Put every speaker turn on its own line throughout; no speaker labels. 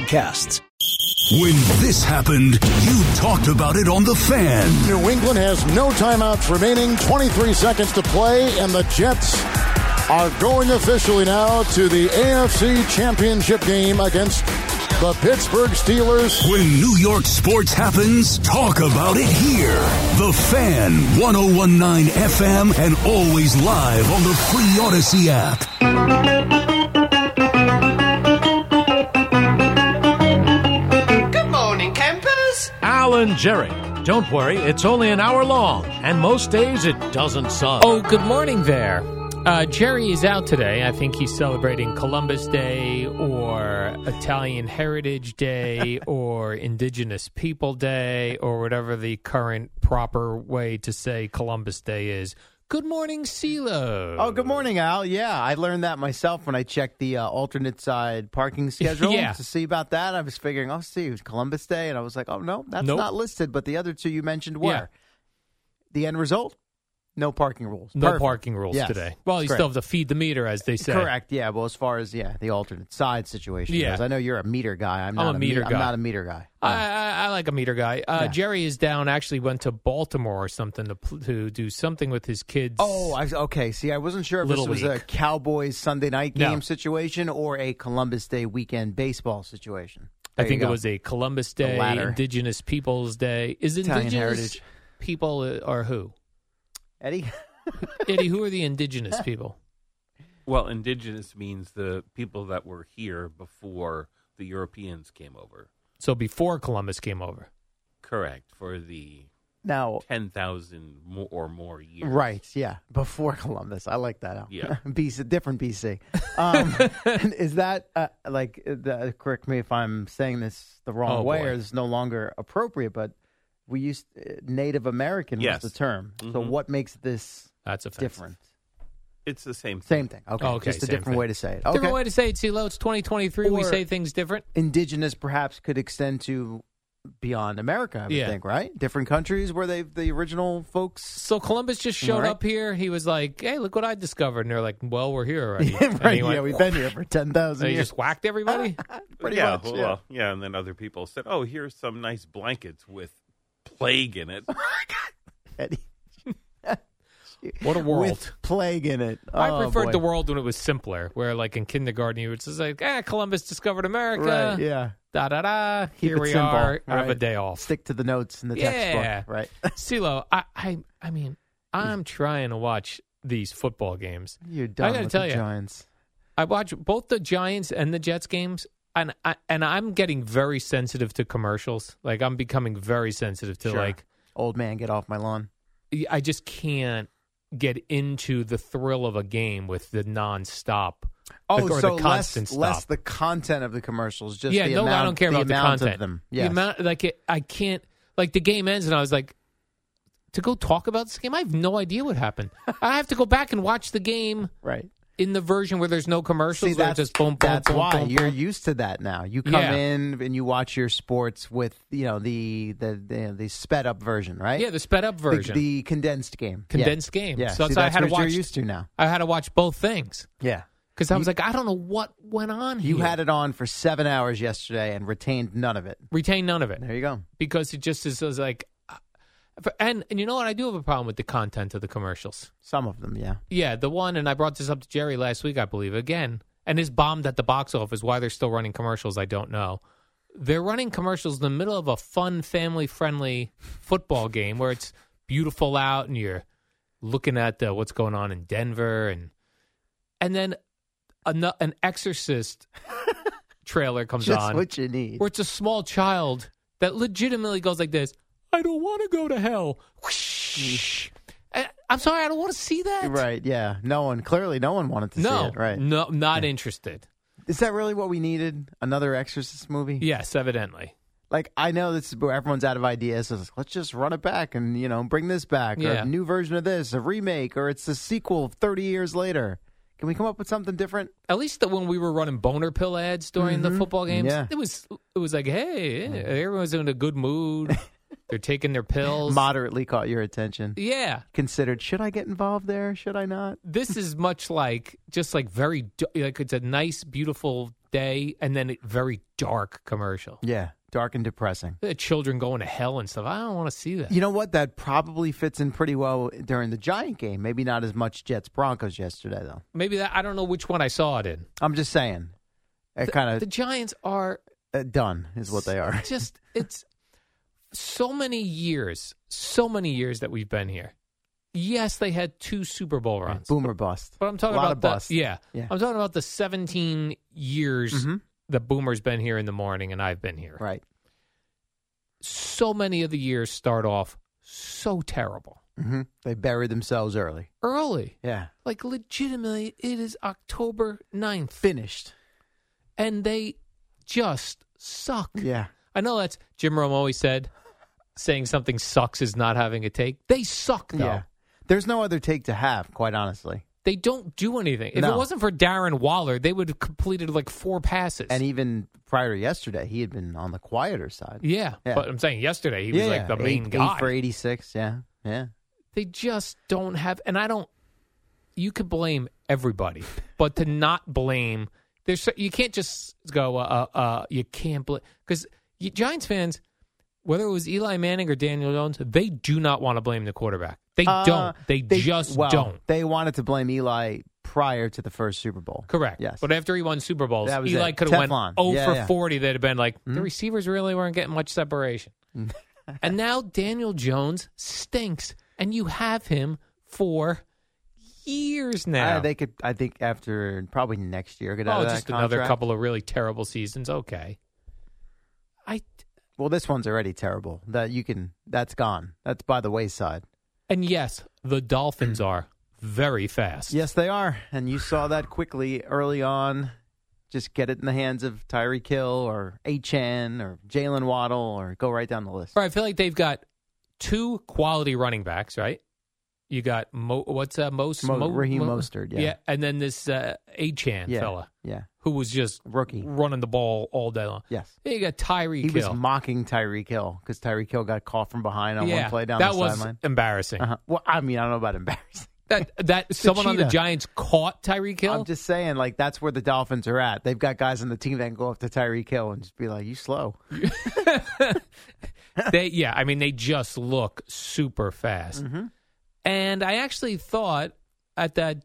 When this happened, you talked about it on The Fan.
New England has no timeouts remaining, 23 seconds to play, and the Jets are going officially now to the AFC Championship game against the Pittsburgh Steelers.
When New York sports happens, talk about it here. The Fan, 1019 FM, and always live on the free Odyssey app.
Good morning, campers.
Alan Jerry. Don't worry, it's only an hour long, and most days it doesn't suck.
Oh, good morning there. Uh, Jerry is out today. I think he's celebrating Columbus Day or Italian Heritage Day or Indigenous People Day or whatever the current proper way to say Columbus Day is. Good morning, CeeLo.
Oh, good morning, Al. Yeah, I learned that myself when I checked the uh, alternate side parking schedule
Yeah.
to see about that. I was figuring, oh, see, it was Columbus Day, and I was like, oh no, that's
Nope.
not listed. But the other two you mentioned were.
Yeah.
The end result, no parking rules.
No
Perfect.
parking rules
Yes.
today. Well, you
Correct.
still have to feed the meter, as they say.
Correct. Yeah. Well, as far as yeah, the alternate side situation.
Yeah.
goes, I know you're a meter guy. I'm
I'm
not
a meter
me-
guy.
I'm not a meter guy.
I, I, I like a meter guy. Uh,
Yeah.
Jerry is down. Actually, went to Baltimore or something to pl- to do something with his kids.
Oh, I, okay. See, I wasn't sure if
Little
this was a
League.
Cowboys Sunday night
No.
game situation or a Columbus Day weekend baseball situation.
I
There you
think it
go.
was a Columbus Day,
latter.
Indigenous Peoples Day. Is
Italian
Indigenous
heritage.
people uh, are who?
Eddie.
Eddie, who are the Indigenous people?
Well, indigenous means the people that were here before the Europeans came over.
So before Columbus came over,
Correct for the
Now,
ten thousand mo- or more years.
right? Yeah, before Columbus. I like that. Al.
Yeah.
BC, different BC. Um, is that uh, like? The, correct me if I'm saying this the wrong
Oh,
way,
boy.
or it's no longer appropriate. But we used uh, Native American
Yes.
was the term. So what makes this
that's offensive.
different?
It's the same. Thing.
Same thing. Okay.
Oh, okay,
Just a
same
different
thing.
way to say it.
Different
okay.
way to say it, CeeLo. It's 2023. we
Or-
say things different.
indigenous perhaps could extend to beyond America, I would
Yeah.
think, right? Different countries where they the original folks.
So Columbus just
All
showed
right.
up here. He was like, "Hey, look what I discovered!" And they're like, "Well, we're here already." And
right,
he went,
yeah, we've been here for 10,000
and he
years.
just whacked everybody.
Pretty
yeah,
much,
well,
yeah.
well, yeah, and then other people said, "Oh, here's some nice blankets with plague in it."
Eddie,
what a world!
With plague in it.
I
Oh,
preferred
boy.
the world when it was simpler, where like in kindergarten you were just like, "Ah, Columbus discovered America."
Right, yeah.
da da da.
Keep
uh, Here
it
we
simple.
are. I have a
Right.
day off.
Stick to the notes in the
Yeah.
textbook, right?
CeeLo, I, I, I mean, I'm trying to watch these football games.
You're done
gotta
with
tell
the
ya.
Giants.
I watch both the Giants and the Jets games, and I, and I'm getting very sensitive to commercials. Like I'm becoming very sensitive to
Sure.
like
Old man, get off my lawn.
I just can't get into the thrill of a game with the nonstop.
Oh,
or
so
the
less,
constant stop.
less the content of the commercials, just
yeah,
the
no,
amount,
I don't care
the
about the
amount
content.
of them.
The
Yes.
amount, like it, I can't. Like the game ends, and I was like, to go talk about this game, I have no idea what happened. I have to go back and watch the game
right.
in the version where there's no commercials.
See,
where
that's,
it's just boom, boom,
that's
boom,
why
boom,
you're
boom.
used to that now. You come
Yeah.
in and you watch your sports with you know the the the, the sped up version, right?
yeah, the sped up
The-
version,
the, condensed game, Yeah.
condensed game.
Yeah,
so
See,
that's why I
that's
had to
what
watch.
you're used to now.
I had to watch both things
Yeah,
because I was like, I don't know what went on.
you
here.
had it on for seven hours yesterday and retained none of it.
retain none of it
There you go.
because it just is, is like, uh, and and you know what? I do have a problem with the content of the commercials.
Some of them, yeah.
Yeah, the one, and I brought this up to Jerry last week, I believe, again, and is bombed at the box office. Why they're still running commercials, I don't know. They're running commercials in the middle of a fun, family friendly football game where it's beautiful out and you're looking at the, what's going on in Denver. And and then an, an Exorcist trailer comes
Just
on
what you need.
where it's a small child that legitimately goes like this I don't want to go to hell.
Mm.
Whoosh. I- I'm sorry, I don't want to see that.
Right? Yeah. No one clearly, no one wanted to
No,
see it. Right?
No, not interested.
Is that really what we needed? Another Exorcist movie?
Yes, evidently.
Like I know this is where everyone's out of ideas. So it's like, let's just run it back and you know bring this back or
Yeah.
a new version of this, a remake, or it's a sequel thirty years later. Can we come up with something different?
At least that when we were running boner pill ads during the football games,
Mm-hmm. Yeah.
it was it was like, hey, yeah, everyone's in a good mood. They're taking their pills.
Moderately caught your attention.
yeah,
Considered, should I get involved there? Should I not?
this is much like just like very d- like it's a nice, beautiful day, and then a very dark commercial.
Yeah, dark and depressing.
The Children going to hell and stuff. I don't want to see that.
You know what? That probably fits in pretty well during the Giant game. Maybe not as much Jets Broncos yesterday though.
Maybe that I don't know which one I saw it in.
I'm just saying, it kind
The
of
Giants are
uh, done is what they are.
just it's so many years, so many years that we've been here. Yes, they had two Super Bowl runs.
Boomer bust.
But I'm talking
a
about
lot of
the
bust.
yeah.
Yeah. Mm-hmm.
I'm talking about the 17 years the Boomer's been here in the morning and I've been here.
Right.
So many of the years start off so terrible
hmm They buried themselves early.
early.
Yeah.
Like legitimately, it is October 9th,
Finished.
and they just suck.
Yeah.
I know that's Jim Rome always said. Saying something sucks is not having a take. They suck though.
Yeah. There's no other take to have, quite honestly.
They don't do anything. If it
No.
wasn't for Darren Waller, they would have completed like four passes.
And even prior to yesterday, he had been on the quieter side.
Yeah,
Yeah.
but I'm saying yesterday he was
Yeah,
like the
yeah.
main
eight,
guy.
Eight for 86. Yeah. Yeah.
They just don't have, and I don't. You could blame everybody, but to not blame there's so- you can't just go uh uh, uh you can't blame because Giants fans, whether it was Eli Manning or Daniel Jones, they do not want to blame the quarterback. They
Uh,
don't. They, just
well,
don't.
They wanted to blame Eli prior to the first Super Bowl.
Correct.
Yes.
But after he won Super Bowls,
That was
Eli
it.
could have
Teflon.
went 0
Yeah,
for
yeah. Hmm?
40. They'd have been like, the receivers really weren't getting much separation. and now Daniel Jones stinks, and you have him for years now.
Uh, they could, I think, after probably next year, get out
oh,
of that
just another
contract.
couple of really terrible seasons. Okay. I
Well, this one's already terrible. That you can, that's gone. That's by the wayside.
And yes, the Dolphins are very fast.
Hmm. Yes, they are. And you saw that quickly early on. Just get it in the hands of Tyree Kill or Achan or Jalen Waddle or go right down the list.
Or I feel like they've got two quality running backs, right? You got Mo, what's uh, Most
Mo- Raheem Mostert, yeah.
and then this uh, Achan
yeah.
fella
Yeah.
who was just
Rookie.
running the ball all day long.
Yes.
Then you got Tyree
He was
Kill.
mocking Tyree Kill because Tyree Kill got caught from behind on
yeah,
one play down
that
the
was
sideline.
embarrassing.
Uh-huh. Well, I mean, I don't know about embarrassing.
That that someone on the
cheetah.
Giants caught Tyree Kill.
I'm just saying, like, that's where the Dolphins are at. They've got guys on the team that can go up to Tyree Kill and just be like, you slow.
they yeah, I mean they just look super fast.
Mm-hmm.
And I actually thought at that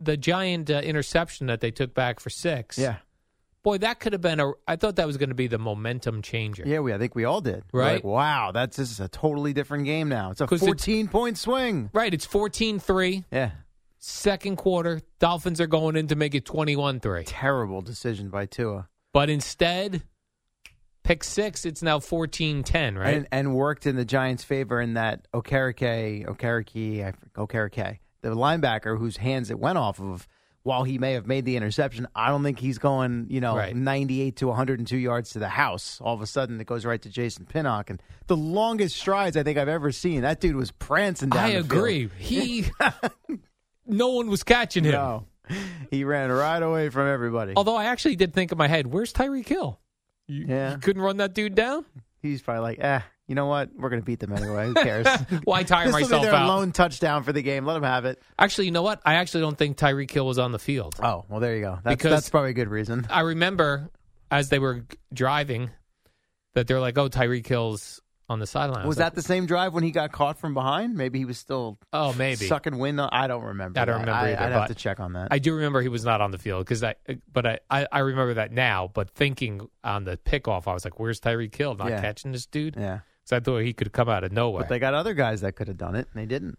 the giant uh, interception that they took back for six. boy, that could have been a. I thought that was going to be the momentum changer.
Yeah, we, I think we all did. We're
Right?
Like, wow, that's this is a totally different game now. It's a
'Cause
14
it's-
point swing.
Right, it's 14-3,
Yeah.
second quarter. Dolphins are going in to make it 21-3.
Terrible decision by Tua.
But instead, pick six, it's now 14-10, right?
And, and worked in the Giants' favor in that Okereke, Okereke, I f- Okereke, the linebacker whose hands it went off of, while he may have made the interception, I don't think he's going, you know,
Right.
98 to 102 yards to the house. All of a sudden, it goes right to Jason Pinnock. And the longest strides I think I've ever seen. That dude was prancing down
I
the field.
agree. He no one was catching him. Oh.
No. He ran right away from everybody.
Although I actually did think in my head, where's Tyreek Hill?
yeah.
Couldn't run that dude down?
He's probably like, eh, you know what? We're going to beat them anyway. Who cares?
Why tire
this will be
myself
their
out?
lone touchdown for the game. Let them have it.
Actually, you know what? I actually don't think Tyreek Hill was on the field.
Oh, well, there you go. That's,
Because-
that's probably a good reason.
I remember as they were g- driving that they're like, "Oh, Tyreek Hill's on the sideline." I
Was that the same drive when he got caught from behind? Maybe he was still
like, Oh, maybe.
sucking wind. on- I don't remember.
I don't
that.
remember
I,
either,
I'd have
but
to check on that.
I do remember he was not on the field because I, uh, but I, I, I remember that now. But thinking on the pickoff, I was like, "Where's Tyreek Hill? Not
Yeah.
catching this dude?" Because
yeah.
I thought he could come out of nowhere.
But they got other guys that could have done it, and they didn't.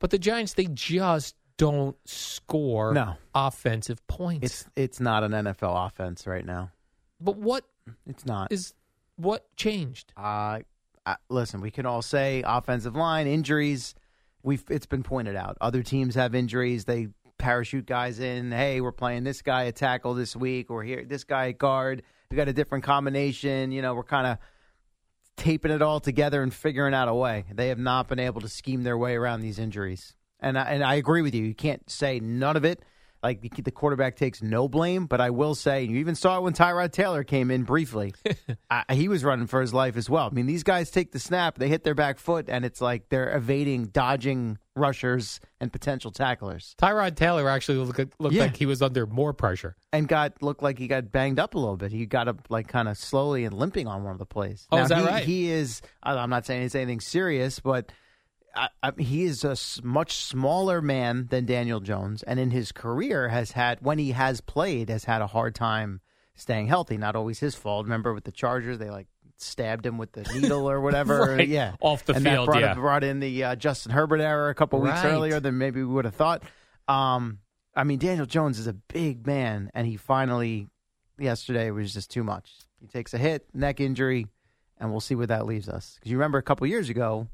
But the Giants, they just don't score
No.
offensive points.
It's it's not an NFL offense right now.
but what
It's not.
is what changed?
Uh, I, listen, we can all say offensive line injuries. We've it's been pointed out. Other teams have injuries. They parachute guys in. Hey, we're playing this guy at tackle this week, or here this guy at guard. We got a different combination. You know, we're kind of taping it all together and figuring out a way. They have not been able to scheme their way around these injuries. And I, and I agree with you. You can't say none of it. Like the- the quarterback takes no blame, but I will say you even saw it when Tyrod Taylor came in briefly. I, he was running for his life as well. I mean, these guys take the snap, they hit their back foot, and it's like they're evading, dodging rushers and potential tacklers.
Tyrod Taylor actually look, looked
Yeah.
like he was under more pressure.
And got looked like he got banged up a little bit. He got up like kind of slowly and limping on one of the plays.
Oh, is that
he,
right?
He is. I- I'm not saying it's anything serious, but I, I, he is a s- much smaller man than Daniel Jones, and in his career has had when he has played has had a hard time staying healthy. Not always his fault. Remember with the Chargers, they like stabbed him with the needle or whatever.
Right.
Yeah,
Off the
and
field,
That brought,
yeah.
brought in the uh, Justin Herbert era a couple weeks
Right.
earlier than maybe we would have thought. Um, I mean, Daniel Jones is a big man, and he finally yesterday was just too much. He takes a hit, neck injury, and we'll see where that leaves us. Because you remember a couple years ago,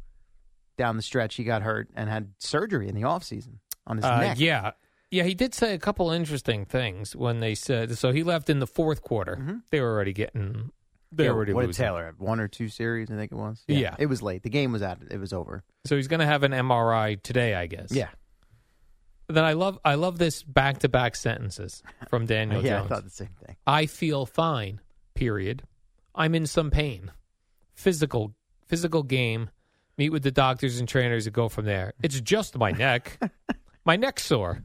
down the stretch, he got hurt and had surgery in the offseason on his
Uh,
neck.
yeah. Yeah, he did say a couple interesting things when they said so he left in the fourth quarter. They were already getting they
Mm-hmm. Yeah,
were already
what did
losing.
Taylor have? One or two series, I think it was.
Yeah.
it was late. The game was out. It was over.
So he's going to have an MRI today, I guess. Then I love I love this back-to-back sentences from Daniel
yeah.
Jones.
I thought the same thing.
I feel fine. Period. I'm in some pain. Physical physical game. Meet with the doctors and trainers and go from there. It's just my neck. my neck's sore.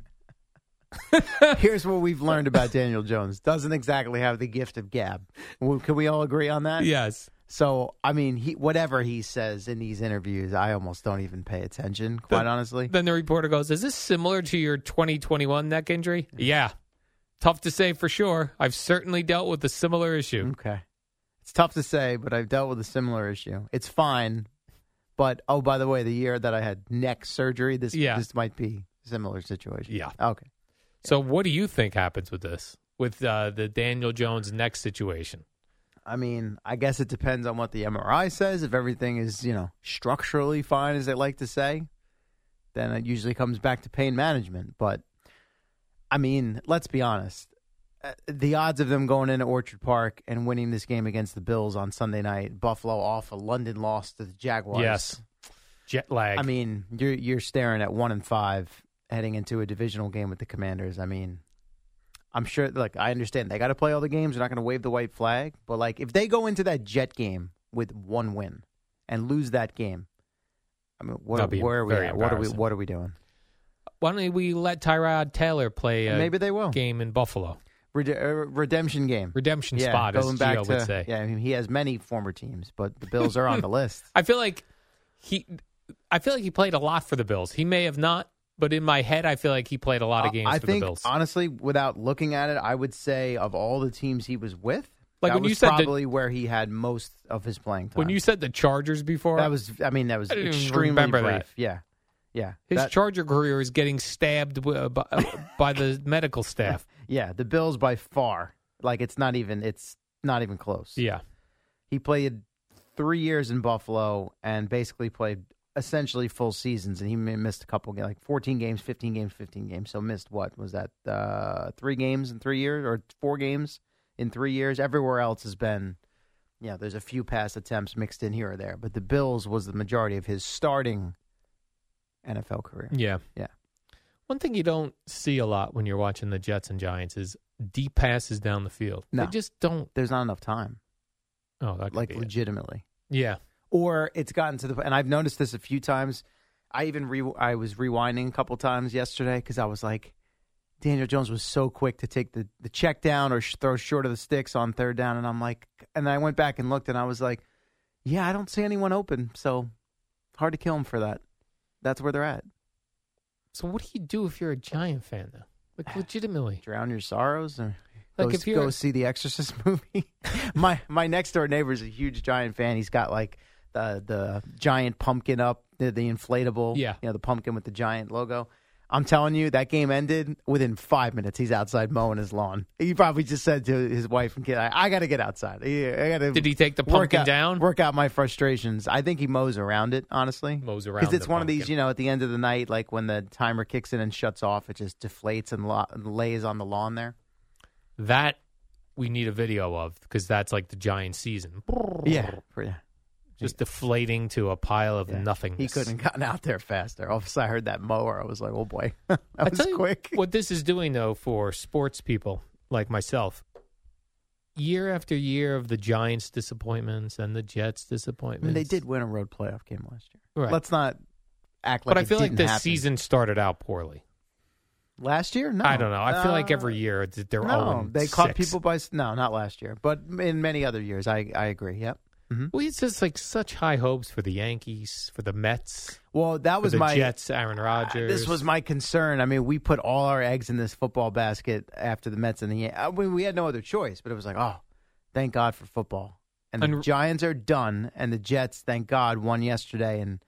Here's what we've learned about Daniel Jones: doesn't exactly have the gift of gab. Well, Can we all agree on that?
Yes.
So, I mean, he whatever he says in these interviews, I almost don't even pay attention. Quite honestly,
Then the reporter goes, "Is this similar to your 2021 neck injury?" Yeah. Tough to say for sure. I've certainly dealt with a similar issue.
Okay. It's tough to say, but I've dealt with a similar issue. It's fine, but oh, by the way, the year that I had neck surgery, this
Yeah.
this might be a similar situation.
Yeah.
Okay.
So what do you think happens with this? With uh, the Daniel Jones neck situation?
I mean, I guess it depends on what the MRI says. If everything is, you know, structurally fine, as they like to say, then it usually comes back to pain management. But I mean, let's be honest. Uh, The odds of them going into Orchard Park and winning this game against the Bills on Sunday night, Buffalo off a London loss to the Jaguars.
Yes. Jet lag.
I mean, you're you're staring at one and five heading into a divisional game with the Commanders. I mean, I'm sure. Look, I understand they got to play all the games. They're not going to wave the white flag, but like if they go into that Jet game with one win and lose that game, I mean, what
That'd be
where are we
very
at? What are we
embarrassing.
What are we doing?
Why don't we let Tyrod Taylor play a
Maybe they will
game in Buffalo?
Rede- uh, redemption game.
Redemption
yeah,
spot, as
going back
Gio
to
would say.
yeah. I mean, he has many former teams, but the Bills are on the list.
I feel like he, I feel like he played a lot for the Bills. He may have not, but in my head, I feel like he played a lot of games
I
for
think,
the Bills.
honestly, without looking at it, I would say of all the teams he was with,
Like,
that
when you
was
said that-
probably where he had most of his playing time.
when you said the Chargers before,
that was, I mean, that was
I didn't even
extremely
remember
brief.
that.
Yeah, yeah.
his
That-
Charger career is getting stabbed wi- uh, by, by the medical staff.
yeah, the Bills by far. Like it's not even, it's not even close.
Yeah,
He played three years in Buffalo and basically played essentially full seasons, and he mi- missed a couple, ga- like fourteen games, fifteen games, fifteen games. So missed what was that? Uh, three games in three years, or four games in three years. Everywhere else has been, you know, there's a few pass attempts mixed in here or there, but the Bills was the majority of his starting NFL career.
yeah,
Yeah.
One thing you don't see a lot when you're watching the Jets and Giants is deep passes down the field.
No.
They just don't.
There's not enough time,
Oh, that could
like
be it.
legitimately.
yeah.
or it's gotten to the and I've noticed this a few times. I even re- I was rewinding a couple times yesterday because I was like, Daniel Jones was so quick to take the the check down or sh- throw short of the sticks on third down, and I'm like, and I went back and looked, and I was like, yeah, I don't see anyone open, so hard to kill him for that. That's where they're at.
So what do you do if you're a Giant fan though? Like legitimately,
drown your sorrows or
Like,
go,
if you're-
go see the Exorcist movie. my my next door neighbor's a huge giant fan. He's got like the the giant pumpkin up, the, the inflatable,
Yeah.
you know, the pumpkin with the giant logo. I'm telling you, that game ended within five minutes. He's outside mowing his lawn. He probably just said to his wife and kid, "I, I got to get outside. I, I gotta
Did he take the
work
pumpkin
out-
down?
Work out my frustrations. I think he mows around it. Honestly,
mows around
because it's
the
one of these,
pumpkin.
you know, at the end of the night, like when the timer kicks in and shuts off, it just deflates and lo- lays on the lawn there.
that we need a video of because that's like the Giant season.
Yeah, pretty-
just deflating to a pile of nothingness.
he couldn't have gotten out there faster. All of a sudden, I heard that mower. I was like, oh boy, that
I
was
tell you
quick.
what this is doing though for sports people like myself. Year after year of the Giants' disappointments and the Jets'
I mean,
disappointments,
they did win a road playoff game last year.
Right.
Let's not act like.
but I
it
feel like
didn't
this
happen.
season started out poorly.
last year. No,
I don't know. I feel like
Uh,
every year oh, th- they're
no,
all
they caught people by s- no, not last year, but in many other years. I I agree. Yep.
Well, it's just like such high hopes for the Yankees, for the Mets.
Well, that
for
was
the
my uh,
Jets. Aaron Rodgers.
This was my concern. I mean, we put all our eggs in this football basket after the Mets and the Yan- I mean, we had no other choice. But it was like, oh, thank God for football. And the
And-
Giants are done, and the Jets, thank God, won yesterday, and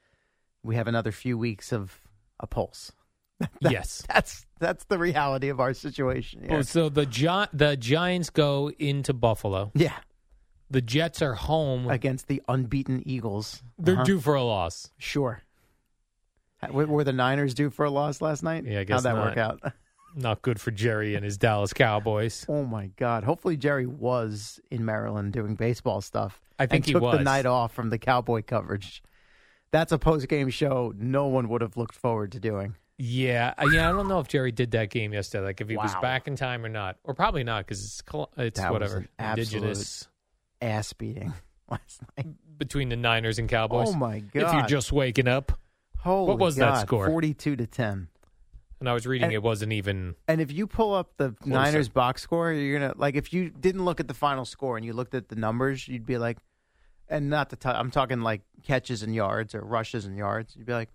we have another few weeks of a pulse.
yes.
That's that's the reality of our situation. here.
Oh, so the Gi- the Giants go into Buffalo.
yeah,
The Jets are home.
against the unbeaten Eagles,
They're
Uh-huh.
due for a loss.
Sure. Ha- Were were the Niners due for a loss last night?
Yeah, I guess
How'd that
not.
work out?
Not good for Jerry and his Dallas Cowboys.
Oh my God! Hopefully Jerry was in Maryland doing baseball stuff.
I think
and
he
took
was.
the night off from the Cowboy coverage. That's a post game show no one would have looked forward to doing.
Yeah, I- yeah. I don't know if Jerry did that game yesterday. Like if he was
Wow.
back in time or not, or probably not because it's col- it's
That was
whatever
an absolute
indigenous
Ass beating last night.
between the Niners and Cowboys.
Oh, my
If you're
God.
just waking up,
Holy
was that
God,
score?
Forty-two to ten.
and I was reading,
And-
it wasn't even
And if you pull up the
Closer.
Niners box score, you're gonna like if you didn't look at the final score and you looked at the numbers, you'd be like, and not the t- I'm talking like catches and yards or rushes and yards. You'd be like,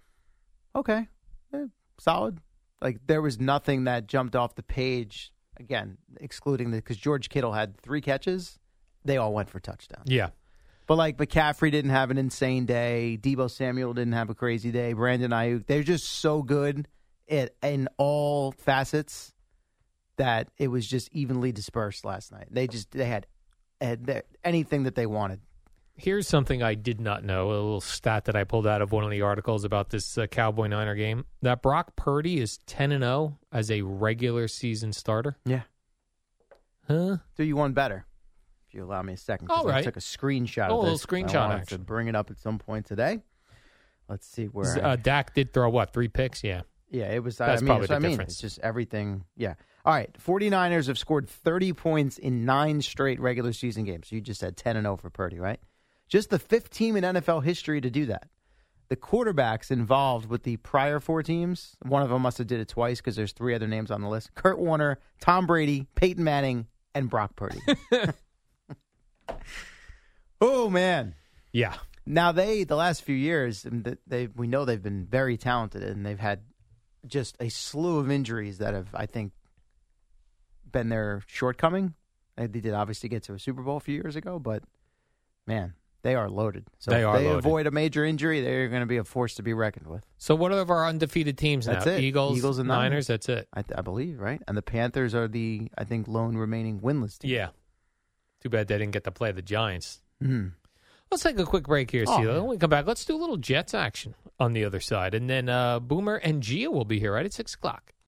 okay, eh, solid. Like there was nothing that jumped off the page. Again, excluding the because George Kittle had three catches, they all went for touchdowns.
yeah.
But like McCaffrey didn't have an insane day. Debo Samuel didn't have a crazy day. Brandon Ayuk, they're just so good at in all facets that it was just evenly dispersed last night. They just they had, had their- anything that they wanted.
Here's something I did not know a little stat that I pulled out of one of the articles about this uh, Cowboy Niner game that Brock Purdy is 10 and 0 as a regular season starter.
Yeah.
Huh?
Do you one better? If you allow me a second, 'cause
All
I
right.
took a screenshot.
Oh, a
of
little
this, and I
screenshot
wanted
action.
To bring it up at some point today. Let's see where. I-
Uh, Dak did throw what? Three picks? Yeah.
Yeah, it was.
That's
I mean,
probably
that's what
the
I mean.
difference.
It's just everything. Yeah. All right. 49ers have scored 30 points in nine straight regular season games. You just said 10 and 0 for Purdy, right? Just the fifth team in NFL history to do that. The quarterbacks involved with the prior four teams, one of them must have did it twice because there's three other names on the list: Kurt Warner, Tom Brady, Peyton Manning, and Brock Purdy. oh man.
Yeah.
Now they the last few years and th- they we know they've been very talented and they've had just a slew of injuries that have I think been their shortcoming. They they did obviously get to a Super Bowl a few years ago, but man, they are loaded. So
They
if
are
they
loaded.
avoid a major injury, they're going to be a force to be reckoned with.
So what are our undefeated teams
That's
now?
it.
Eagles,
Eagles and
Niners.
Niners.
That's it.
I, th- I believe, right? And the Panthers are the I think lone remaining winless team.
Yeah. Too bad they didn't get to play the Giants.
Mhm.
Let's take a quick break here,
Oh,
Steele.
yeah.
When we come back, let's do a little Jets action on the other side. And then uh, Boomer and Gia will be here right at 6 o'clock.